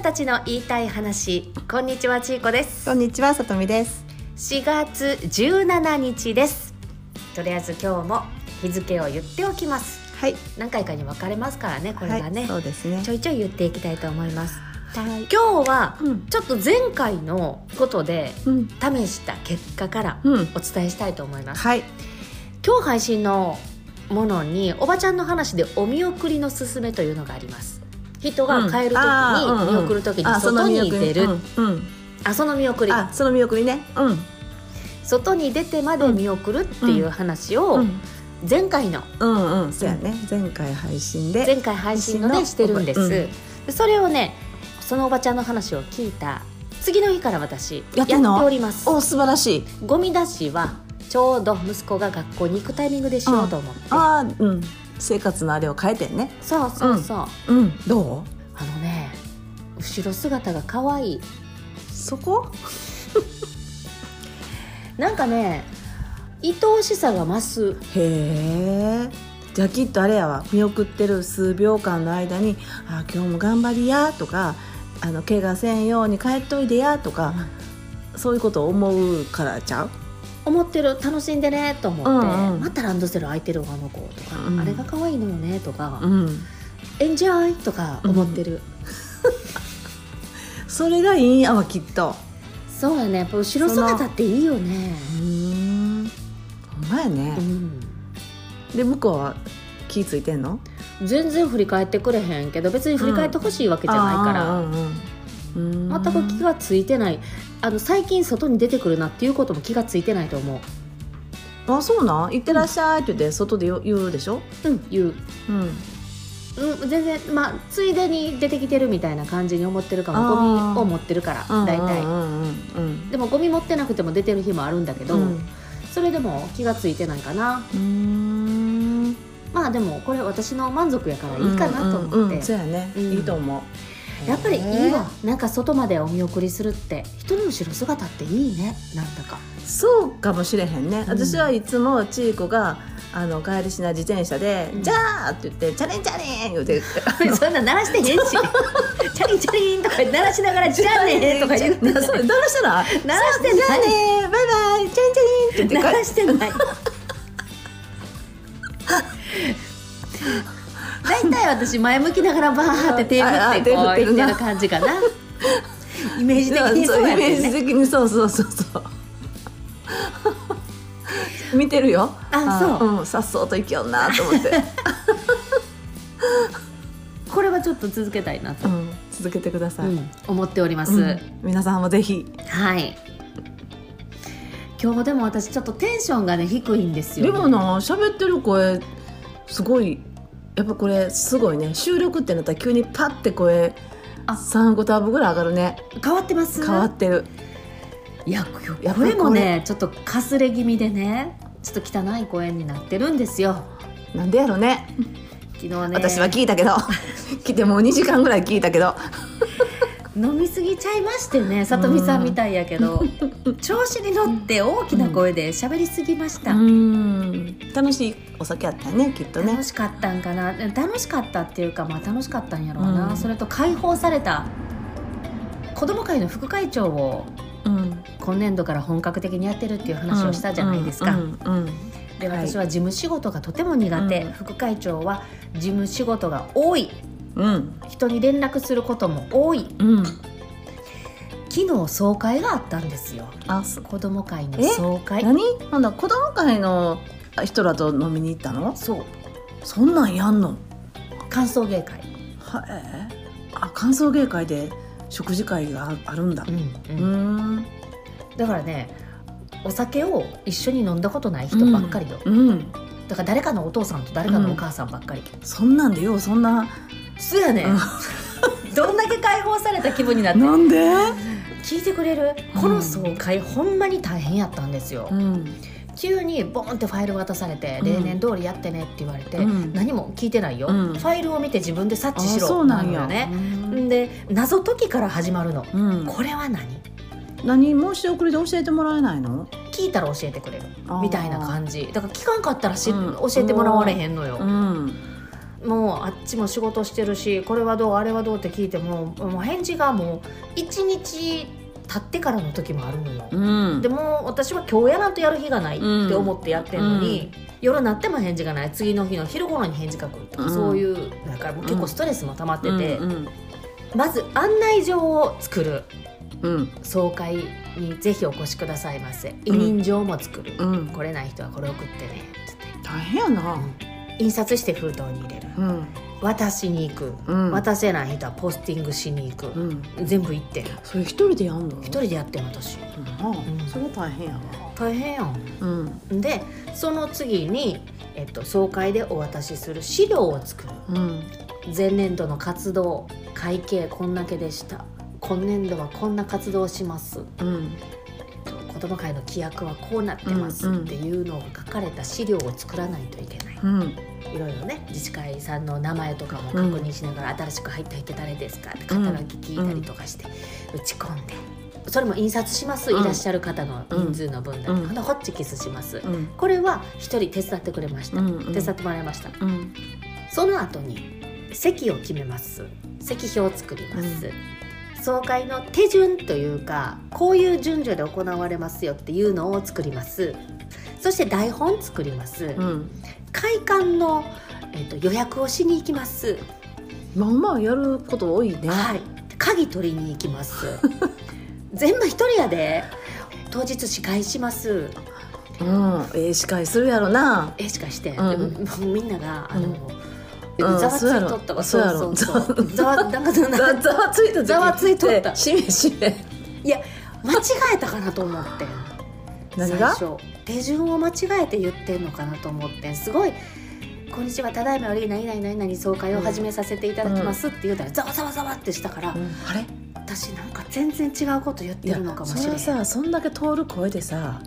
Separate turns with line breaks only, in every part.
たちの言いたい話こんにちはちいこです
こんにちは、さとみです。
4月17日ですとりあえず今日も日付を言っておきます
はい。
何回かに分かれますからねこれが
は
ね、
い、そうですね
ち。ょいちょい言っていきたいと思います
はい。
今日は
うん。
ちょっと前回のことで
うん。
試した結果から
うん。
お伝えしたいと思います
はい。
今日配信のものにおばちゃんの話でお見送りのすすめというのがあります人が帰る時
うんあーうん
に
うん
見送る時に外に出る
うん。うん
あその見送り
あ、その見送りね。うん。
外に出てまで見送るっていう話
う
を
ん。
前回の
うん。うん。そうやね。前回配信で。
前回配信の
う
ね
ん
してるんで
うん
すでそれをねそのおばちゃんの話を聞いた次の日から私や
や
っ
っててんの
おります
お、素晴らしい。
ゴミ出しはちょうど息子が学校に行くタイミングでしようと思って、
あー、うん。生活のあれを変えてね。
そうそうそう、
うん。ど？
あのね後ろ姿が可愛いう
そこ？
なんかね愛おしさが増す
へえ。じゃあきっとあれやわ見送ってる数秒間の間に「あー今日も頑張りや」とか「あの怪我せんように帰っといでや」とか、そういうことを思うからちゃう
思ってる楽しんでねと思って、
うんうん
またランドセル開いてるわあの子とか、
うん
あれが可愛いのよねとか、
ん
エンジョイとか思ってる、
それがいいんやわきっと
そうやねやっぱ後ろ姿っていいよね
うんほんまや
う
ね
ん
で向こうは気付いてんの
全然振り返ってくれへんけど別に振り返ってほしいわけじゃないから、
あーうんうんうん
全く気がついてないあの最近外に出てくるなっていうことも気がついてないと思
あそうなん「行ってらっしゃい」って言って外でよ言うでしょ
ううん言う、
うん
うん、全然まあついでに出てきてるみたいな感じに思ってるかも
あー
ゴミを持ってるから大
う
体
んうん
でもゴミ持ってなくても出てる日もあるんだけ
う
ど、
んうん
それでも気がついてないかな
うん
まあでもこれ私の満足やからいいかなと思って、
うんうんうんそうやね
うん
いいと思う
やっぱりいいわなんか外までお見送りするって人の後ろ姿っていいねなんだか
そうかもしれへんね、
うん
私はいつもちいこがあの帰りしない自転車で「
うん
じゃあ!」って言って「チャリンチャリン!」言うて
そんな鳴らしてへんしチャリンチャリンとか鳴らしながら「じゃあね」とか言って
な それどうしたら
鳴らして
じゃあ
な
ねバイバイチャリンチャリン!」って
い
言
鳴
って
らしてない大体私前向きながらバーって手振
ああ
ってこう
手振
言っ
ってる
て
な
る感じかなイメージ的
そう
にそうや
イメ
ね
ージ
ね
的にそうそうそうそう見てるよ
あそう
うんさっそうと生きようなと 思って、
これはちょっと続けたいなと、
うん、続けてください、
うん思っております、
うん皆さんもぜひ
はい今日でも私ちょっとテンションがね低いんですよ、
でもな喋ってる声すごいやっぱこれすごいね収録ってなったら急にパッて声
あ
35ターブぐらい上がるね
変わってます
変わってる
いや
やっぱり
これもねちょっとかすれ気味でねちょっと汚い声になってるんですよ
なんでやろね
昨日ね
私は聞いたけど 来てもう2時間ぐらい聞いたけど
飲みすぎちゃいましてねさとみさんみたいやけど調子に乗って大きな声で喋りすぎました、
うん楽しいお酒やったよねきっとね
楽しかったんかな楽しかったっていうかまあ楽しかったんやろうな、
うん
それと解放された子ども会の副会長を
うん
今年度から本格的にやってるっていう話をしたじゃないですか、
うんうん
で
はい
私は事務仕事がとても苦手、
うん
副会長は事務仕事が多い
うん
人に連絡することも多い
うん、うん
昨日総会があったんですよ
あす
子ども会の
え
総会
何なんだ子供会の人らと飲みに行ったの
そう
そんなんやんの
歓送迎会、
はえーあ歓送迎会で食事会がああるんだうー
うん
ん
だからねお酒を一緒に飲んだことない人ばっかりよ、
うん
だから誰かのお父さんと誰かのお母さんばっかり、
そんなんでようそんな
そうやね、どんだけ解放された気分になって
なんで
聞いてくれる
うん
この総会、ほんまに大変やったんですよ、
うん
急にボンってファイル渡されて、
うん
例年通りやってねって言われて、
うん
何も聞いてないよ、
うん
ファイルを見て自分で
あ
察知しろ
そうなんや
のよね、
うん
で謎解きから始まるの、
うん
これは何
何申し送りで教えてもらえないの
聞いたら教えてくれる
あー
みたいな感じだから聞かんかったらし、
うん
教えてもらわれへんのよ、
うん
もうあっちも仕事してるしこれはどうあれはどうって聞いてももう返事がもう1日経ってからの時もあるのよ、
うん
でも私は今日やらんとやる日がないって思ってやってんのに、夜なっても返事がない次の日の昼頃に返事が来るとか、
うん
そういうだからもう結構ストレスも溜まってて、
うん
まず案内状を作る
うん
総会にぜひお越しくださいませ委任状も作る、
うん
来れない人はこれ送ってねつって
大変やな
印刷して封筒に入れる
うん
渡しに行く、
うん
渡せない人はポスティングしに行く、
うん
全部行って
それ一人でやんの
一人でやってんの私
うんな
うん
それ大変やわ
大変やん
うん
でその次に、えっと、総会でお渡しする資料を作る
うん
前年度の活動会計こんだけでした今年度はこんな活動をします
うん
子ども会の規約はこうなってます
うん
っ
うん
ていうのを書かれた資料を作らないといけない
うん
いろいろね自治会さんの名前とかも確認しながら、新しく入った人誰ですかって肩書き聞いたりとかして、打ち込んでそれも印刷します、
うん
いらっしゃる方の人数の分だ、
うん
ほんでホッチキスします、
うん
これは一人手伝ってくれました、
うんうん
手伝ってもらいました
うん
その後に席を決めます席表を作ります、総会の手順というかこういう順序で行われますよっていうのを作りますそして台本作ります、
うん
会館の、えっと予約をしに行きます、
まあまあやること多いね
はい鍵取りに行きます 全部一人やで当日司会します
うんええ司会するやろな
えしかして、
うん
でもみんながあの、
うん
ざわついとったわ、
そうやろ
そうそうそうざわなんかそんな
ざざわついた時
ざわついとった
でしめしめ
いや間違えたかなと思って
何が
最初手順を間違えて言ってんのかなと思ってすごい「こんにちはただいまより何々何々総会を始めさせていただきます」って言うたらざわざわざわってしたから、
うんあれ
私なんか全然違うこと言っ
い
て
や
るのかもし
そ
れ
れ
な
はいさそんだけ通る声でさ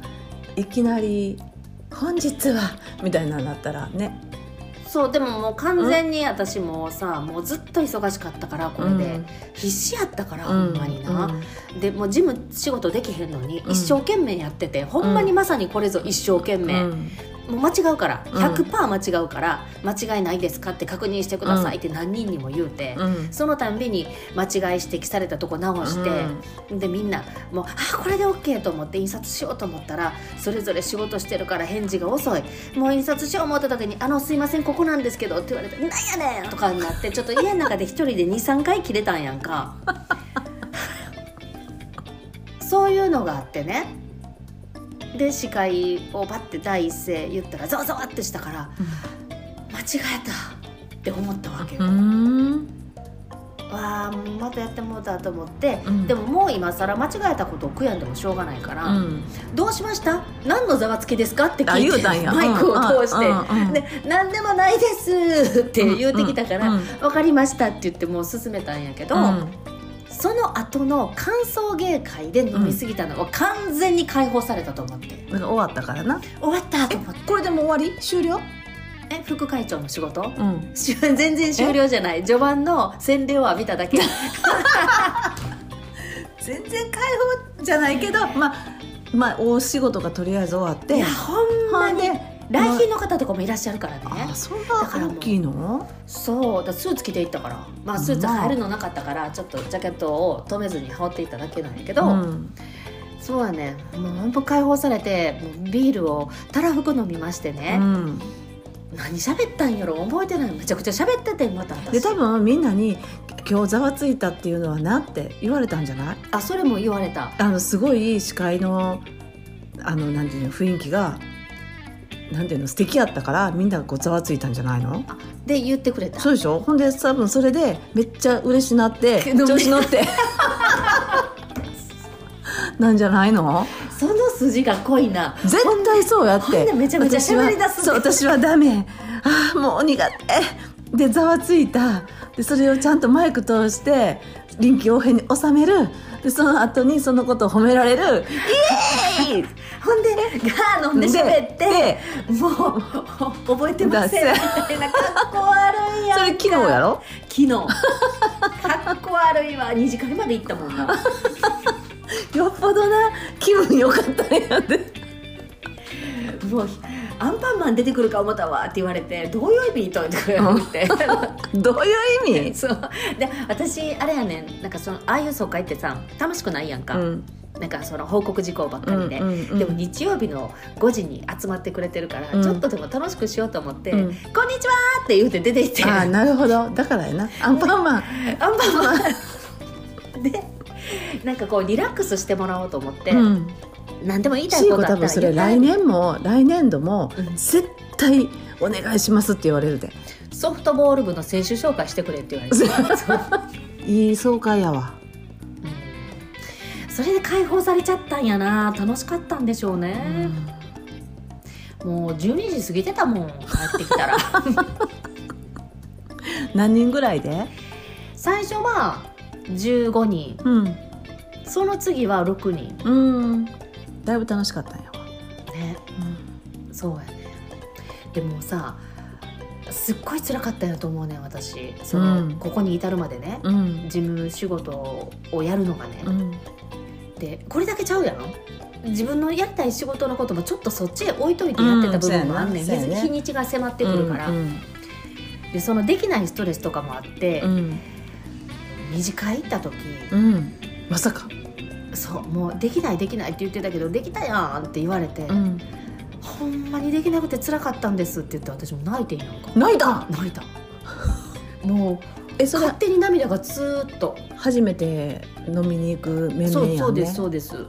いきなり「本日は」みたいなのになったらね
そうでももう完全に私もさもうずっと忙しかったからこれで、必死やったから、
うん
ほんまに
う
な、
ん
でもう事務仕事できへんのに
うん
一生懸命やってて、ほんまにまさにこれぞ一生懸命、
うん
もう間違うから
うん
100%間違うから間違いないですかって確認してくださいって何人にも言うて、
うん
そのたんびに間違い指摘されたとこ直して、でみんなもうあこれで OK と思って印刷しようと思ったらそれぞれ仕事してるから返事が遅いもう印刷しよう思った時に「あのすいませんここなんですけど」って言われて「なんやねん!」とかになってちょっと家の中で一人で23回切れたんやんかそういうのがあってねで司会をパッて第一声言ったらざわざわってしたから間違えたって思ったわけよ、
うんうん
わあまたやってもうたと思って、
うん
でももう今更間違えたことを悔やんでもしょうがないから「
うん
どうしました何のざわつきですか?」って
あ
聞い
言う
て
たんや
マイクを通して
うんうんう
「
ん
で何でもないです」って言うてきたから「
うん
分かりました」って言ってもう進めたんやけど、
うん
その後の歓送迎会で飲み過ぎたのは完全に解放されたと思って
なんか終わったからな
終わったと思って
これでもう終わり終了
え副会長の仕事
うん
し 全然終了じゃない序盤の洗礼を浴びただけ
全然解放じゃないけどまあまあ大仕事がとりあえず終わっ
い
て
やほんまに来賓の方とかもいらっしゃるからね、
あそん
だから
な
もう
大きいの
そうだスーツ着ていったから、まあ、スーツ入るのなかったからちょっとジャケットを止めずに羽織っていっただけなんやけど、
うん
そうだねもうほんと解放されてもうビールをたらふく飲みまして
う
ね、
ん
何喋ったんやろ覚えてないめちゃくちゃ喋っててまた私
で多分みんなに「今日ざわついたっていうのはな」って言われたんじゃない
あそれも言われた
あのすごい司会のあのなんていうの雰囲気がなんていうの素敵やったからみんながこうざわついたんじゃないの
で言ってくれた
そうでしょほんで多分それでめっちゃ嬉しなって
けど
調子 乗ってなんじゃないの
その筋が濃いな
絶対そうやっ
ほん
て
でめちゃめちゃ
私は
喋り出すね
そう私はダメああもう苦手でざわついたでそれをちゃんとマイク通して臨機応変に収めるでその後にそのことを褒められるイエーイ
ほんでガー飲んで喋って
で
もう覚えてませんみたいな格好悪いやんか
それ昨日やろ
昨日かっこ悪いわ二次会まで行ったもんな
よっぽどな気分良かったんやで
もう「アンパンマン出てくるか思ったわ」って言われて「どういう意味?」とか言われて。
どういう意 味、
そうで私あれやねんなんかそのああいう総会ってさ楽しくないやんか、
うん
なんかその報告事項ばっか
うん
りで、
うんうん
でも日曜日の5時に集まってくれてるから、
うん
ちょっとでも楽しくしようと思って「
うん
こんにちは!」って言うて出て行って
ああなるほどだからやなアンパンマン
アンパンマンでなんかこうリラックスしてもらおうと思って、
うん
何でも言いたい
シー
こ
コ
とあっ
多
たら
分それ
言ったら
来年も来年度も
うん
絶対お願いしますって言われるで
ソフトボール部の選手紹介してくれって言われて
いい総会やわ
うんそれで解放されちゃったんやな楽しかったんでしょうね、もう12時過ぎてたもん帰ってき たら
何人ぐらいで
最初は15人
うん
その次は6人
うんだいぶ楽しかったんやわ、
ねそうやねでもさすっごい辛かったんやと思うねん私その、
うん
ここに至るまでね、
うん
事務仕事をやるのがね、
うん
でこれだけちゃうやろ自分のやりたい仕事のこともちょっとそっちへ置いといてやってた部分もあんねん、
うんそうやなそうやね
日にちが迫ってくるから、
うん
でそのできないストレスとかもあって、
うん
二次会行った時、
うんまさか、
そうもうできないできないって言ってたけどできたやんって言われて、
ん、
ほんまにできなくて辛かったんですって言って私も泣いてんやんか
泣いた
泣いたもう
えそれ
勝手に涙がずーっと、
初めて飲みに行く面々や
そ
んね
うそうですそうです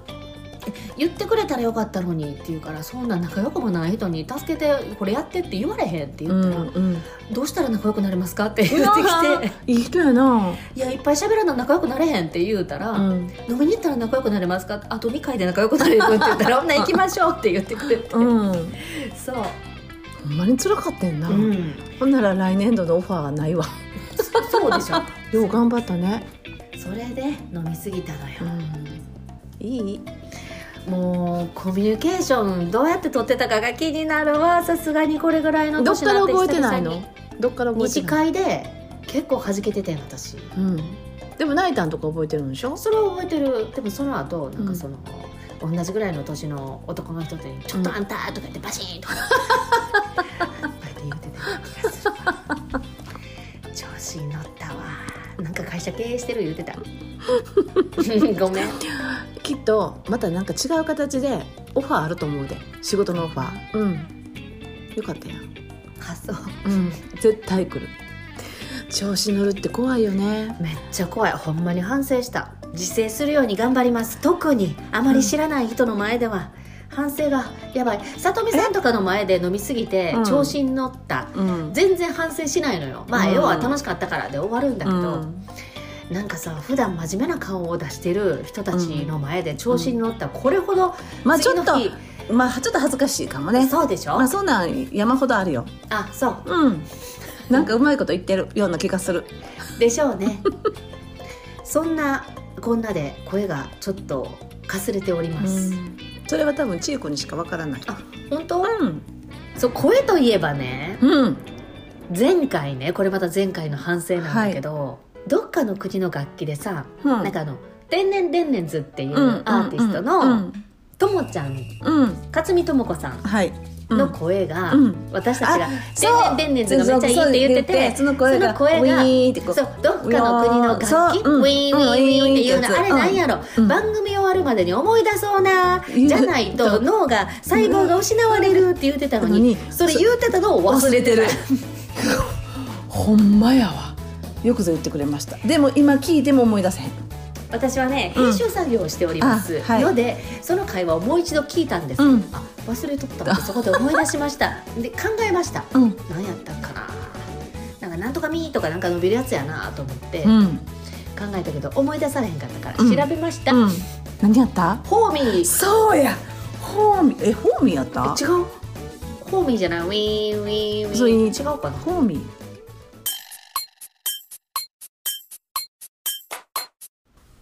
え言ってくれたらよかったのにって言うからそんな仲良くもない人に助けてこれやってって言われへんって言ったら、
んうん、
どうしたら仲良くなれますかって言っ
う
て
わ
きて
いい人やな、
いやいっぱい喋らな仲良くなれへんって言うたら、
うん
飲みに行ったら仲良くなれますかあと2回で仲良くなれるって言 ったらほんなら行きましょうって言ってくれて、
うん、
そう、
ほんまに辛かったんな、
うん、
ほんなら来年度のオファーがないわ
そうでしょ
よう頑張ったね、
それで飲みすぎたのよ、
いい
もうコミュニケーションどうやって取ってたかが気になるわさすがにこれぐらいの
どっ
年に
から
なって
覚えてない
久
の
々に
どっから覚
二
えて
次
ない
会で結構弾けててん私
うん、でも泣いたんとか覚えてるんでしょ
それを覚えてるでもその後なん
う
か
ん
その、同じぐらいの年の男の人って「ちょっとあんた」とか言ってバシーンとかこうやって言うてた気がするわ調子に乗ったわなんか会社経営してる言うて たごめん
きっとまたなんか違う形でオファーあると思うで仕事のオファーうんよかったやん、
発想
うん、絶対来る調子乗るって怖いよね
めっちゃ怖いほんまに反省した自制するように頑張ります特にあまり知らない人の前では、反省がやばいさとみさんとかの前で飲みすぎて
うん
調子に乗った、
うん
全然反省しないのよまあ、
うん
要は楽しかったからで終わるんだけ
う
ど、
ん
なんかさ普段真面目な顔を出してる人たちの前で調子に乗った、これほど
まあちょっと
次の日
まあちょっと恥ずかしいかもね
そうでしょ、
まあそんなん山ほどあるよ
あそう
うんなんかうまいこと言ってるような気がする
でしょうね そんなこんなで声がちょっとかすれております、
それは多分千恵子にしかわからない
あ本当
うん
そう声といえばね
うん
前回ねこれまた前回の反省なんだけど、どっかの国の楽器でさ、
うん
なんかあの「天然伝ンズ」っていう
うん
アーティスト
う
の
ん
ともちゃん
うんうん
勝見とも子さん
はいうん
の声が、
うん
私たちが
あ
「
そう
天然伝ンズ」がめっちゃいいって言ってて
その声が
その声が
ウィーンってこう
そうどっかの国の楽器、
そううん
ウィーンウィーンウィーンっていうの、
うん
あれなんやろ、
うん
番組終わるまでに思い出そうな、
うん
じゃないと
うん
脳が細胞が失われるって言ってたのに、
うん
それ言ってたのを忘れてる
ほんまやわよくぞ言ってくれましたでも今聞いても思い出せへん
私はね
うん
編集作業をしております、
あはい
のでその会話をもう一度聞いたんです、
うん
あ忘れとったってそこで思い出しましたで考えました
うん
何やったんかななんかなんとかみーとかなんか伸びるやつやなと思って
う
考
ん
えたけど思い出されへんかったから
うん
調べました、
うん何やった
ホーミー
そうやホーミーえホーミーやった
違うホーミーじゃないウィーンウィーンウィーン
そういう
違うかな
ホーミー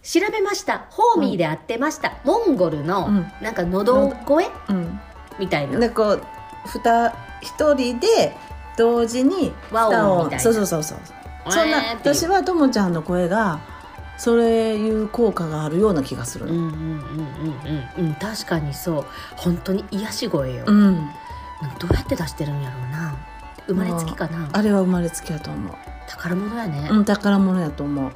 調べましたホーミーで合ってました、モンゴルの、
うん
なんか喉声
うん
みたいな
でこう二一人で同時に
和
蓋
音
を
みたいな
そうそうそうそうそんな
えーっていう
私はともちゃんの声がそれいう効果があるような気がす
うんう
る
んうんうんうんうん確かにそう本当に癒し声よ、
うん
なんどうやって出してるんやろうな生まれつきかな
あれは生まれつきやと思う、
宝物やね、
うん、宝物やと思う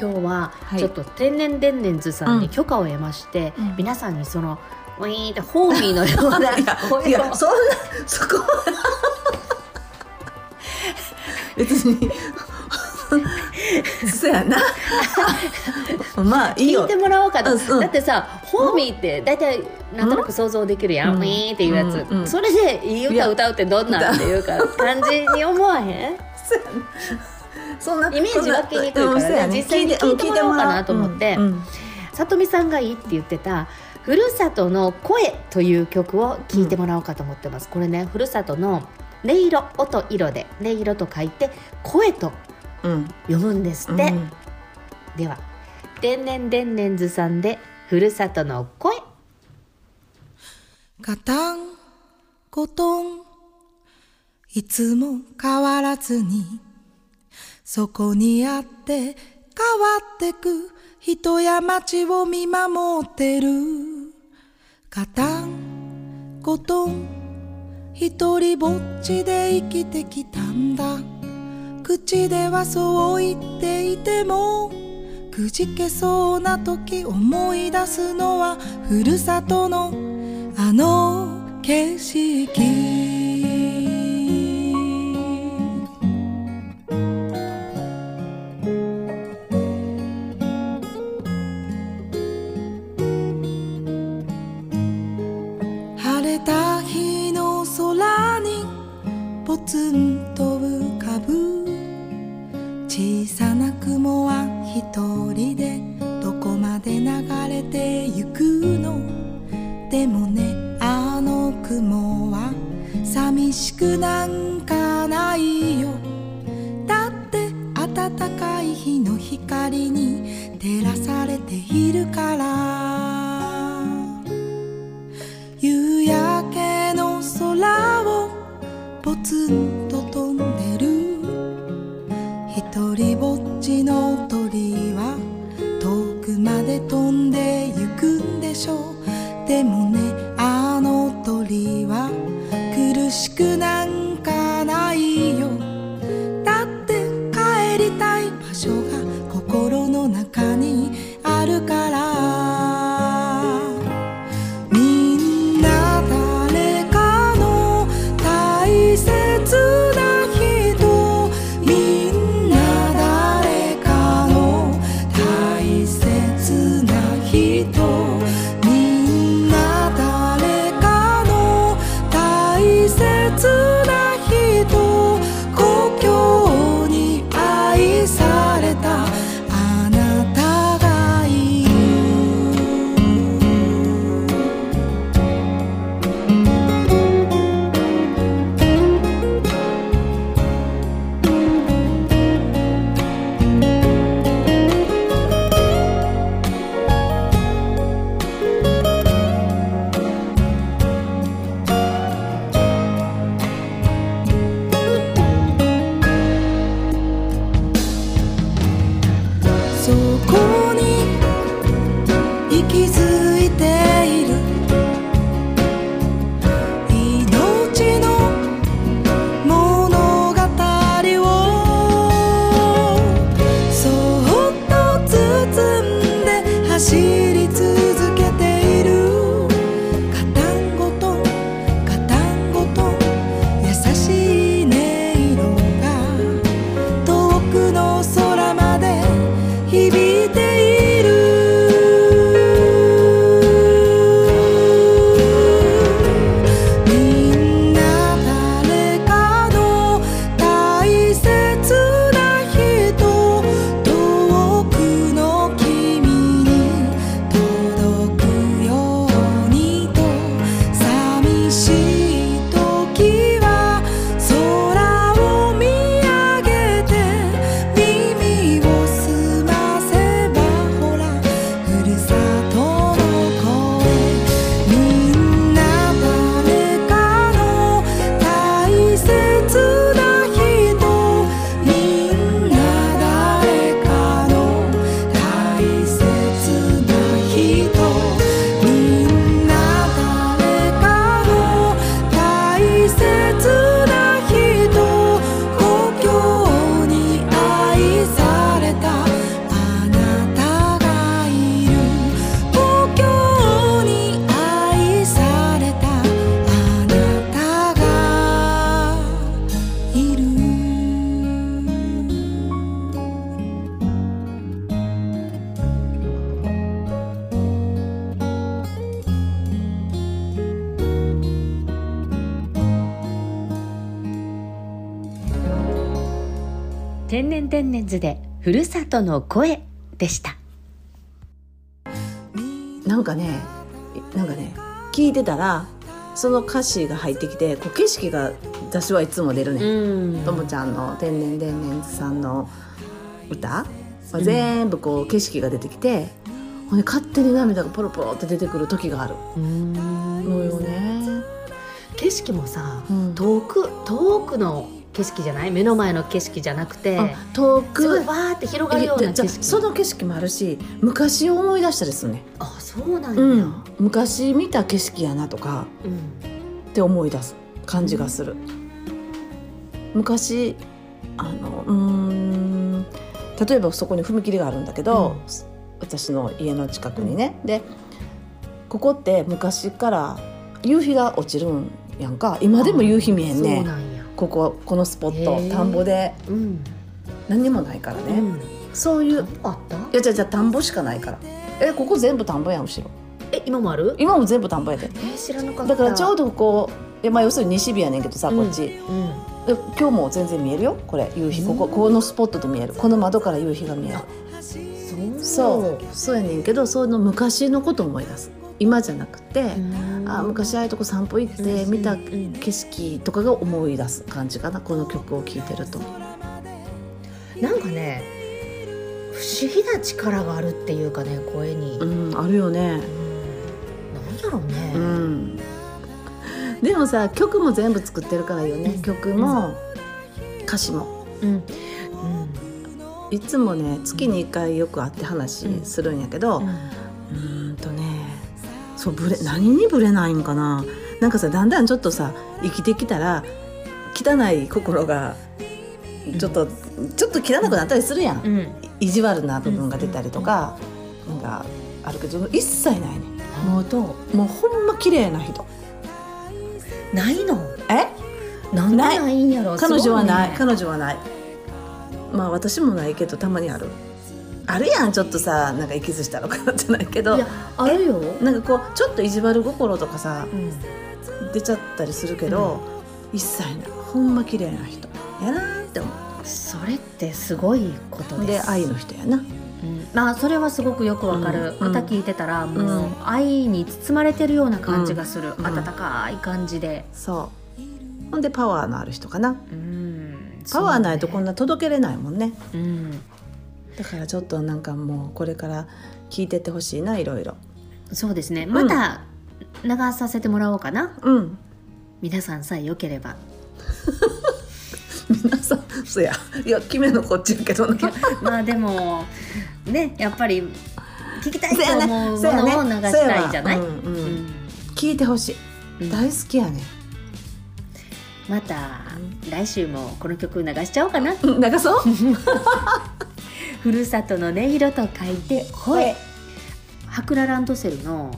今日はいちょっと天然天然図さんに許可を得まして、
うん
皆さんにそのウィーンってホーミーのよう な
い
声を
やそんなそこは別にそやなまあいい
聞
よ
いてもらおうかと、
うんうん
だってさホーミーって大体なんとなく想像できるやん、
うん
ウィーンっていうやつ、
うんうん
それでいい
いや
歌歌うってどんなんっていうか感じに思わへん
そんな
イメージ湧きにくいから
うんそうや
実際に聞いてもらおうかなと思って
うん
さとみさんがいいって言ってた「ふるさとの声」という曲を聴いてもらおうかと思ってます、これねふるさとの音色音色で音色と書いて声と
うんうん
読むんですって、では天然天然図さんでふるさとの声
ガタン、ゴトン、いつも変わらずに、そこにあって変わってく人や街を見守ってる。ガタン、ゴトン、一人ぼっちで生きてきたんだ。口ではそう言っていてもくじけそうな時思い出すのはふるさとのあの景色晴れた日の空にぽつんと浮かぶ小さな雲は一人でどこまで流れてゆくのでもねあの雲は寂しくなんかないよだって暖かい日の光に照らされているから夕焼けの空をぽつんと飛んでる一人ぼっちの鳥は遠くまで飛んでゆくんでしょうでもねあの鳥は苦しくなんかないよだって帰りたい場所が心の中にあるからみんな誰かの大切な人みんな誰かの大切な人みんな誰
天然天然図でふるさとの声でした
なんかねなんかね聞いてたらその歌詞が入ってきてこう景色が私はいつも出るね、
ん
ともちゃんの「天然天然」さんの歌は全部こう景色が出てきて、ほんで勝手に涙がポロポロって出てくる時があるのよね。
景色もさ、
うん
遠く遠くの景色じゃない目の前の景色じゃなくて
あ遠
すごい
く
わーって広がるよう
じゃ
な
じゃ
景
あ
色
その景色もあるし昔を思い出したりするね、
あそうなんや、
うん、昔見た景色やなとか
うん
って思い出す感じがする。昔あのうーん例えばそこに踏切があるんだけど、私の家の近くにね、でここって昔から夕日が落ちるんやんか今でも夕日見えん
そ
ね
うなんや
こここのスポッ
へ
ト
ー
田んぼで
うん
何にもないからね、
うん
そういう
あった
いやじゃじゃ田んぼしかないからえここ全部田んぼやん後ろ
え今もある
今も全部田んぼやで
えー知らなかった
だからちょう
ど、
どこうえ、まあ、要するに西日やねんけどさこっち、
うん
で今日も全然見えるよこれ夕日
う
こ
ん
ここのスポットで見えるこの窓から夕日が見える
そう
そうそうやねんけどその昔のことを思い出す今じゃなくて、あ昔ああいうとこ散歩行って見た
うん
景色とかが思い出す感じかなこの曲を聴いてると
なんかね不思議な力があるっていうかね声に、
う
うん
んあるよね
なんだろうね、
うんでもさ曲も全部作ってるからいいよね、
うん
曲も歌詞も
うん
いつもね月に1回よく会って話するんやけど、
うん
うーんとねそうブレ何にブレないんかななんかさだんだんちょっとさ生きてきたら汚い心がちょっと、ちょっと汚くなったりするやん、
うん
意地悪な部分が出たりとか、なんかあるけど一切ないねもうどうもうほんま綺麗な人
ないの
え
なんで
ない
ないんやろ
彼女はない
すごね
彼女はないまあ私もないけどたまにあるあるやんちょっとさなんか息づしたのかなじゃないけど
いやあるよ、
なんかこうちょっと意地悪心とかさ
うん
出ちゃったりするけど、一切ないほんま綺麗な人やなーって思
それってすごいこと
う
で
です愛の人やな
うんまあそれはすごくよくわかる、
うん
歌聞いてたらもう、
うん
愛に包まれてるような感じがする、
うん
温かい感じで、
そうほんでパワーのある人かな
うん
パワーないと
そう
こ
ね
んな届けれないもんね
うん、
だからちょっとなんかもうこれから聞いてってほしいないろいろ
そうですねまた流させてもらおうかな
うん
皆さんさえ良ければ
皆さんそやいや決めのこっちやけど な
まあでもねやっぱり聞きたい
そ
と
やね
思うも
そやね
のを流したいじゃない、
そやわうんうん聞いてほしい、
うん
大好きやね
また来週もこの曲流しちゃおうかな
うん 流そう
ふるさとの音色と書いて声
声
ハクラランドセルの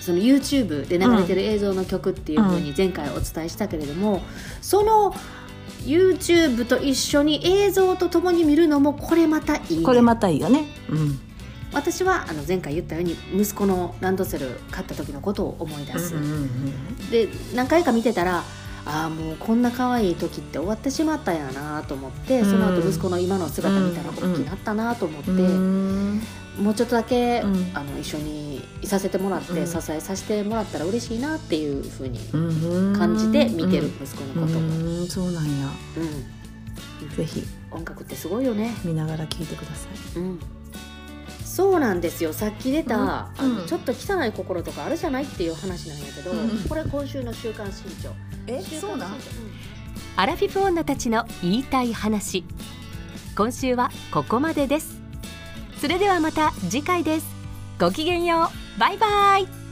その YouTube で流れてる映像の曲っていうふうに前回お伝えしたけれども、その YouTube と一緒に映像とともに見るのもこれまたいいね、
これまたいいよねうん
私はあの前回言ったように息子のランドセル買った時のことを思い出す、
うんうんうん
で何回か見てたらああもうこんな可愛い時って終わってしまったんやなと思って、
うん
その後息子の今の姿見たら
う
大
ん
きくなったなと思って、
うん
もうちょっとだけ、
うん
あの一緒にいさせてもらって、
うん
支えさせてもらったら嬉しいなっていうふうに感
感
じて見てる息子
う
のこと、うん
んうんそうなんやぜひ
音楽ってすごいよね、
見ながら聞いてください
うん、そうなんですよさっき出た、
うんうん
あのちょっと汚い心とかあるじゃないっていう話なんやけど、
うん
これ今週の「週刊新潮」
え
週刊新潮アラフィフ女たちの言いたい話今週はここまでですそれではまた次回ですごきげんようバイバイ